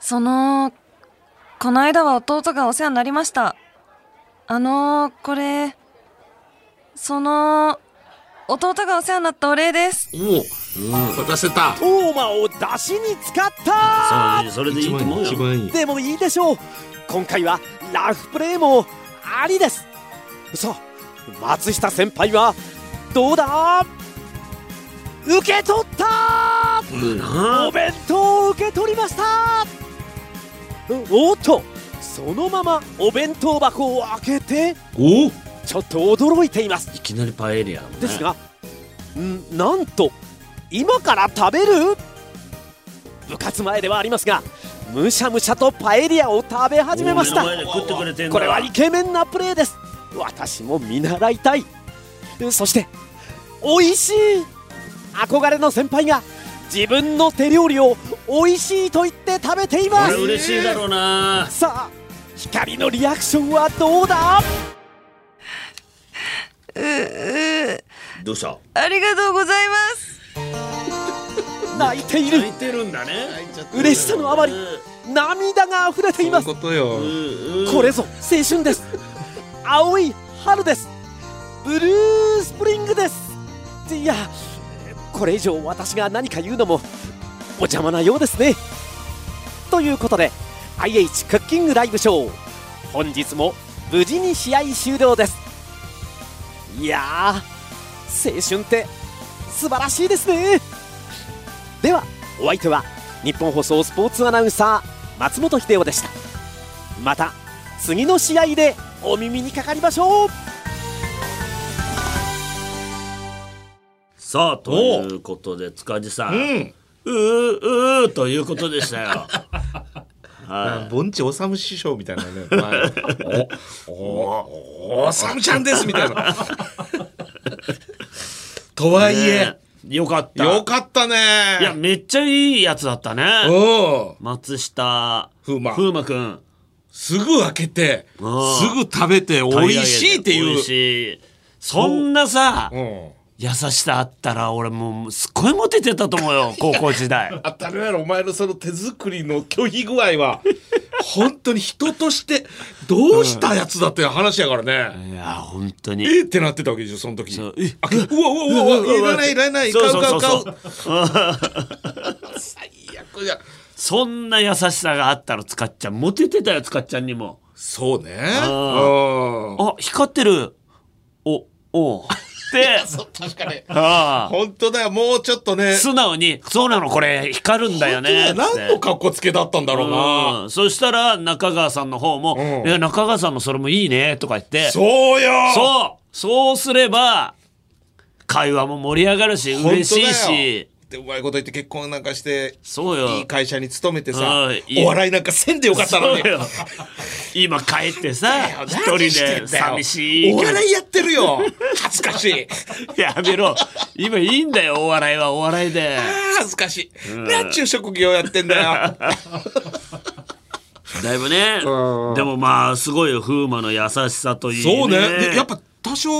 そのこの間は弟がお世話になりましたあのこれその弟がお世話になったお礼ですおお渡せたトーマを出しに使ったそれでいいと思うよ一番いいでもいいでしょう今回はラフプレーもありですさあ松下先輩はどうだ受け取ったうんなお弁当を受け取りましたおおっとそのままお弁当箱を開けておいちょっと驚いていますきなりパエリアだもんねですが、んなんと今から食べる部活前ではありますがむしゃむしゃとパエリアを食べ始めましたお目の前で食ってくれてんだこれはイケメンなプレーです私も見習いたいそして美味しい憧れの先輩が自分の手料理を美味しいと言って食べていますこれ嬉しいだろうなさあ光のリアクションはどうだううどうしたありがとうございます泣いている泣いてるんだね嬉しさのあまり涙が溢れていますことよこれぞ青春です青い春ですブルースプリングですいやこれ以上私が何か言うのもお邪魔なようですねということで IH クッキングライブショー本日も無事に試合終了ですいやー青春って素晴らしいですねではお相手は日本放送スポーツアナウンサー松本秀夫でしたまた次の試合でお耳にかかりましょうさあということで塚地さん、うーうーということでしたよ あ盆地おさむ師匠みたいなね前おおおさむちゃんですみたいなとはいえねよかったよかったねいやめっちゃいいやつだったね松下風磨くんすぐ開けてすぐ食べて美味しいって美いう味しいそんなさ、うん優しさあったら俺もうすっごいモテてたと思うよ高校時 代当たるやろお前のその手作りの拒否具合 は本当に人としてどうしたやつだって話やからね、いや本当にえーってなってたわけでしょその時うあうわうわうわうわいらないいらないそう買うそう買そうう買そうう最悪じゃそんな優しさがあったら使っちゃんモテてたよ使っちゃんにもそうねあーあ光ってるおおうで 確かにああ本当だよもうちょっとね素直に「そうなのこれ光るんだよね」本当だよ何の格好つけだったんだろうなそしたら中川さんの方も「いや中川さんのそれもいいね」とか言ってそうよそうそうすれば会話も盛り上がるし嬉しい本当だしよでうまいこと言って結婚なんかしてそうよいい会社に勤めてさうんお笑いなんかせんでよかったのにそうよ今帰ってさ一人何してでんだよ寂しいお笑いやって るよ恥ずかしい やめろ今いいんだよお笑いはお笑いで恥ずかしい、うんなんちゅう職業やってんだよ だいぶねでもまあすごいよ風磨の優しさといいねそうねでやっぱ多少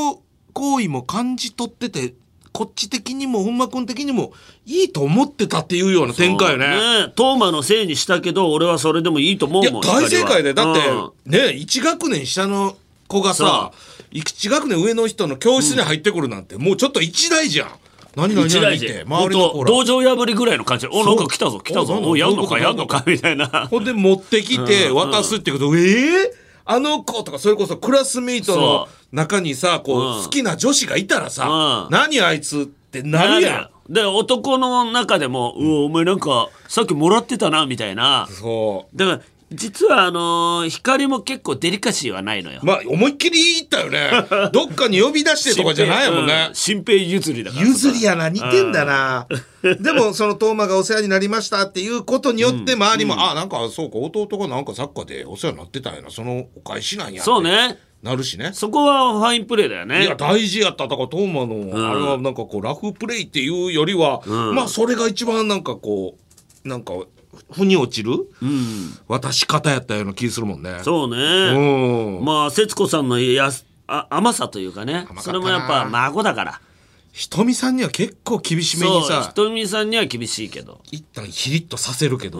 好意も感じ取っててこっち的にも本間君的にもいいと思ってたっていうような展開よねそうトーマのせいにしたけど俺はそれでもいいと思うもん大正解でだって、うんね1学年下の子がさ1学年上の人の教室に入ってくるなんて、もうちょっと一大じゃん何何一何大っ事て本周りの子当ら道場破りぐらいの感じでおそなうんか来たぞ来たぞおなんだおやんのかどういやうんこのとかみたい なほんで持ってきてうん渡すってこと、ええあの子とかそれこそクラスメイトのそ中にさこう、うん好きな女子がいたらさ、うん何あいつってなるやんで男の中でも「うおお前なんかさっきもらってたな」みたいなそうだから実はあのー光も結構デリカシーはないのよまあ思いっきり言ったよ ねどっかに呼び出してとかじゃないもんね、新平うん新平譲りだから譲りやな似てんだなでもそのトーマがお世話になりましたっていうことによって周りも、あなんかそうか弟がなんかサッカーでお世話になってたんやなそのお返しなんやってそうねなるしねそこはファインプレーだよねいや大事やっただからトーマの、んあれはなんかこうラフプレイっていうよりは、うんまあそれが一番なんかこうなんか腑に落ちる、渡し方やったような気するもんねそうねまあ節子さんのやすあ甘さというかねそれもやっぱ孫だからひとみさんには結構厳しめにそうさひとみさんには厳しいけど一旦ヒリッとさせるけど、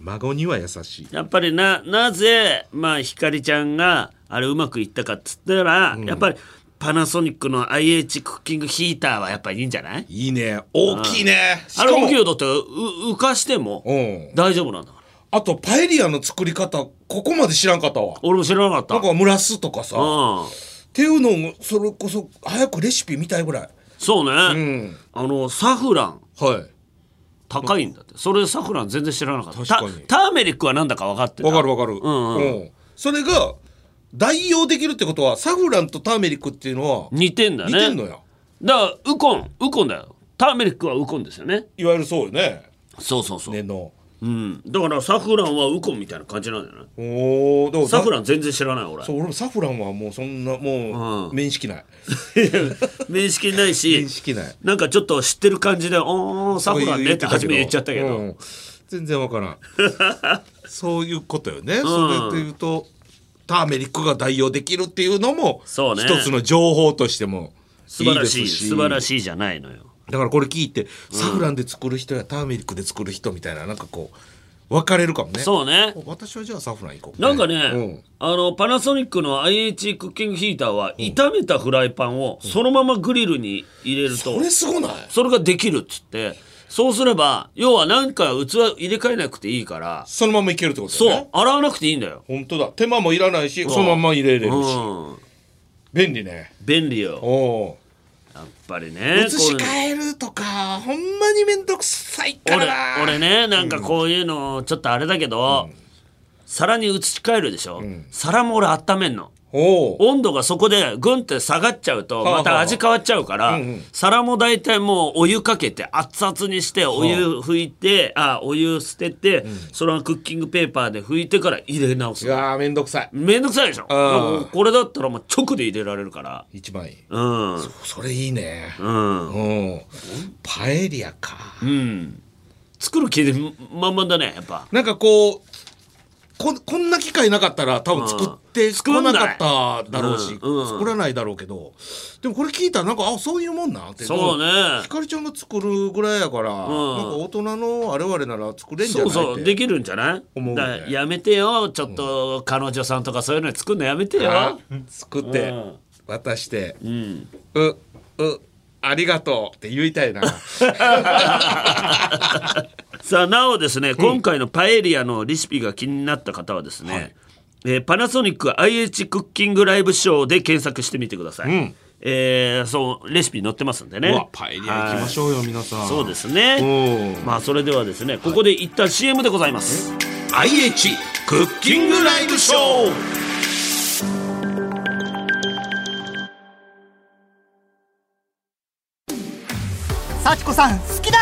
孫には優しいやっぱりななぜまあひかりちゃんがあれうまくいったかっつったら、やっぱりパナソニックの IH クッキングヒーターはやっぱりいいんじゃないいいね大きいねしあかれも大きいよだってう浮かしても大丈夫なんだからあとパエリアの作り方ここまで知らんかったわ俺も知らなかったなんか蒸らすとかさ、うんっていうのもそれこそ早くレシピ見たいぐらいそうね、あのサフランはい高いんだってそれサフラン全然知らなかった確かにタターメリックはなんだか分かってたわかるわかる、うんうんうんそれが代用できるってことはサフランとターメリックっていうのは似てんだね似てんのよだからウコンウコンだよターメリックはウコンですよねいわゆるそうよねそうそうそうのうん、だからサフランはウコンみたいな感じなんじゃないおおサフラン全然知らない俺そう俺もサフランはもうそんなもう面識ない、面識ないし面識ないなんかちょっと知ってる感じで「おーサフランね」って初め言っちゃったけど、うん全然わから んそういうことよね、うんそれでいうとターメリックが代用できるっていうのもそうね一つの情報としても素晴らしいいですし素晴らしいじゃないのよだからこれ聞いてサフランで作る人やターメリックで作る人みたいななんかこう分かれるかもねそうね私はじゃあサフラン行こうなんかね、あのパナソニックの IH クッキングヒーターは炒めたフライパンをそのままグリルに入れると、それすごないそれができるっつってそうすれば要はなんか器入れ替えなくていいからそのままいけるってことそう洗わなくていいんだよ本当だ手間もいらないしそのまま入れれるし便利ね便利よおやっぱりね移しこういうの替えるとかほんまにめんどくさいからな俺俺ねなんかこういうのちょっとあれだけど、皿に移し替えるでしょ、皿も俺温めんの温度がそこでぐんって下がっちゃうとはあはあまた味変わっちゃうから、うんうん皿も大体もうお湯かけて熱々にしてお湯拭いて、あお湯捨てて、そのクッキングペーパーで拭いてから入れ直すのあーめんどくさいめんどくさいでしょうんもうこれだったらもう直で入れられるから一番いいうんそそれいいねうん、うん、パエリアかうん作る気で満々だねやっぱなんかこうここんな機会なかったら多分作ってこなかっただろうし、うんうん作らないだろうけどでもこれ聞いたらなんかあそういうもんなんってそうねひかりちゃんが作るぐらいやから、なんか大人の我々なら作れんじゃそないうそうってできるんじゃない思うねだからやめてよちょっと彼女さんとかそういうの作るのやめてあよ作って、うん渡して、うんううありがとうって言いた いなさあなおですね、今回のパエリアのレシピが気になった方はですね、えーパナソニック IH クッキングライブショーで検索してみてください、うんえーそうレシピ載ってますんでねうわパエリア行きましょうよはい皆さんそうですねまあそれではですねここで一旦 CM でございます、 IH クッキングライブショー幸子さん好きだ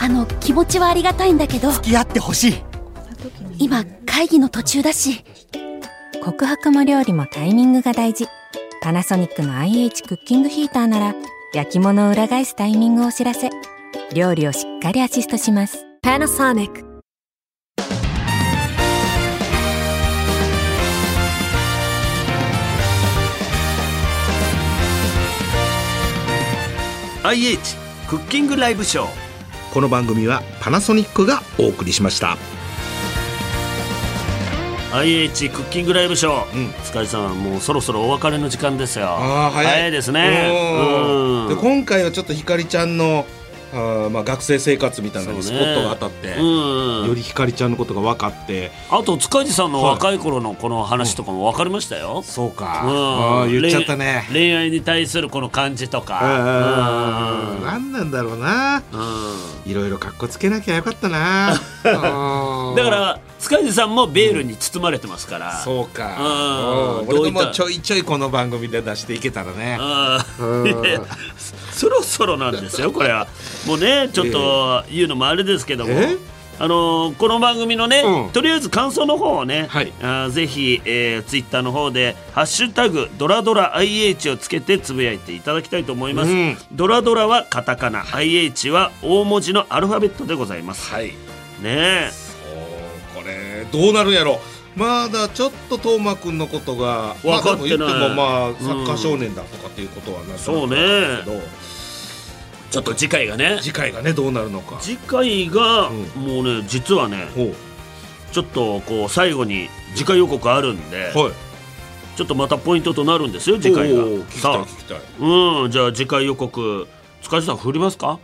あの気持ちはありがたいんだけど付き合ってほしい今会議の途中だし告白も料理もタイミングが大事パナソニックの IH クッキングヒーターなら焼き物を裏返すタイミングをお知らせ料理をしっかりアシストしますパナソニックうん IH クッキングライブショーこの番組はパナソニックがお送りしました IH クッキングライブショー、塚地さんもうそろそろお別れの時間ですよあー早いですねうんうでん今回はちょっとひかりちゃんのあーまあ学生生活みたいなのにスそうポねットが当たって、うんよりひかりちゃんのことが分かってあと塚地さんの若い頃のこの話とかも分かりましたよ、そうかうんあー言っちゃったね恋恋愛に対するこの感じとうんうんうんうんか何なんだろうなうんいろいろかっこつけなきゃよかっ たなうあんーだから塚地さんもベールに包まれてますから、そうかうんうんどうい俺っもたちょいちょいこの番組で出していけたらねうん うんいやそろそろなんですよこれはもうねちょっと言うのもあれですけども、えあのーこの番組のね、うんとりあえず感想の方をね、あーぜひ、えツイッター Twitter の方で「ハッシュタグドラドラ IH」をつけてつぶやいていただきたいと思います、うんドラドラはカタカナ IH は大文字のアルファベットでございますはいねえこれどうなるんやろまだちょっと斗真君のことがま分あかってないでも言ってもまあうんサッカー少年だとかっていうことはなんとなくそうねなんですけどちょっと次回がね次回がねどうなるのか次回が、もうね実はねちょっとこう最後に次回予告あるんで、ちょっとまたポイントとなるんですよ次回がおー聞きたいさあ聞きたいうんじゃあ次回予告塚地さん振りますか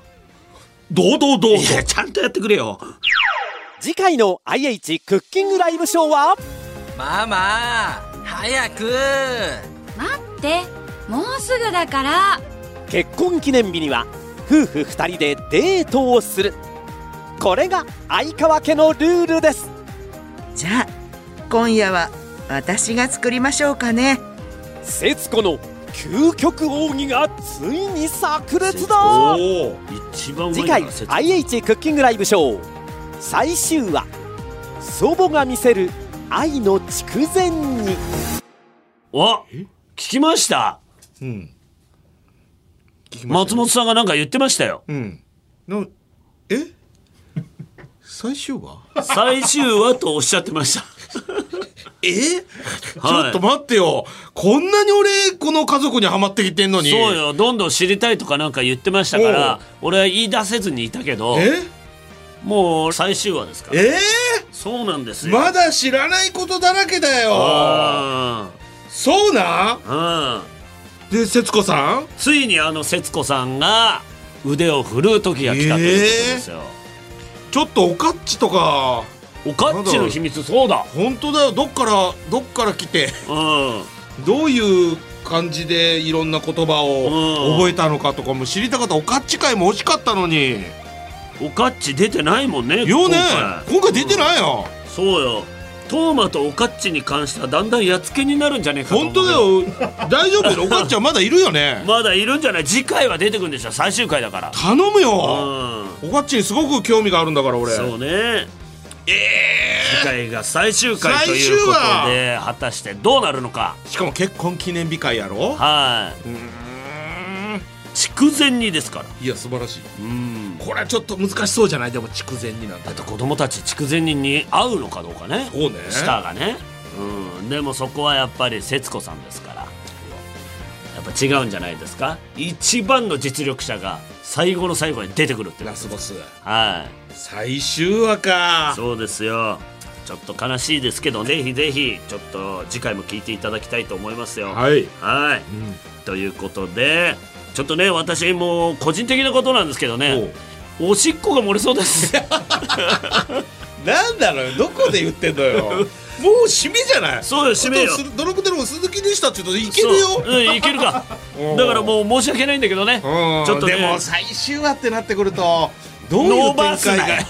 どうどうどういやちゃんとやってくれよ次回の IH クッキングライブショーはママ早く待ってもうすぐだから結婚記念日には夫婦2人でデートをするこれが相川家のルールですじゃあ今夜は私が作りましょうかね節子の究極奥義がついに炸裂だ一番次回 IH クッキングライブショー最終話祖母が見せる愛の筑前煮お聞きましたうん松本さんがなんか言ってましたようんのえ 最終話最終話とおっしゃってましたえはいちょっと待ってよこんなに俺この家族にはまってきてんのにそうよどんどん知りたいとかなんか言ってましたから俺は言い出せずにいたけどえもう最終話ですからえそうなんですー、よまだ知らないことだらけだよあそうなんーうんで節子さんついにあの節子さんが腕を振るう時が来たということですよ、ちょっとおかっちとかおかっちの秘密そうだ本当だよどっからどっから来て うんどういう感じでいろんな言葉うをん覚えたのかとかも知りたかったおかっち会も惜しかったのにおかっち出てないもんねよね今回出てい、ないよ、うんそうよトーマとおかっちに関してはだんだんやっつけになるんじゃねえかと思本う当だよ大丈夫だよおかっちゃんまだいるよね まだいるんじゃない次回は出てくるんでしょ最終回だから頼むようんおかっちにすごく興味があるんだから俺そうね次回が最終回と最い終うこ話とで果たしてどうなるのかしかも結婚記念日会やろはい筑前煮ですからいや素晴らしいうんこれはちょっと難しそうじゃないでも筑前煮なんだあと子供たち筑前煮に合うのかどうかねそうねスターがね、うん、でもそこはやっぱり節子さんですからやっぱ違うんじゃないですか一番の実力者が最後の最後に出てくるっていうラスボスはい最終話かそうですよちょっと悲しいですけどぜひぜひちょっと次回も聞いていただきたいと思いますよいはいはい、ということでちょっとね私もう個人的なことなんですけどねおしっこが漏れそうですなんだろうどこで言ってんのよもう締めじゃないそうよ締めよあとす泥くでも鈴木でしたって言うといけるそよううんいけるか うんだからもう申し訳ないんだけどねちちょっとねでも最終話ってなってくるとどういノうーバー展スな開が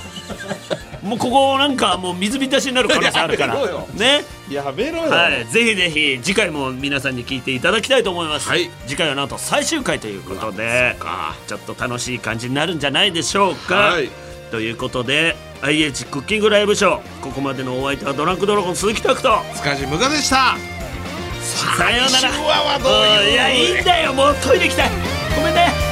もうここなんかもう水浸しになる可能性あるから やめろよねやめろよはい、ぜひぜひ次回も皆さんに聞いていただきたいと思います、はい次回はなんと最終回ということでちょっと楽しい感じになるんじゃないでしょうか、はいということで IH クッキングライブショーここまでのお相手はドランクドラゴン鈴木拓人塚地無我でしたさようなら最終話はどういうおいやいいんだよもうトイレ行きたいごめんね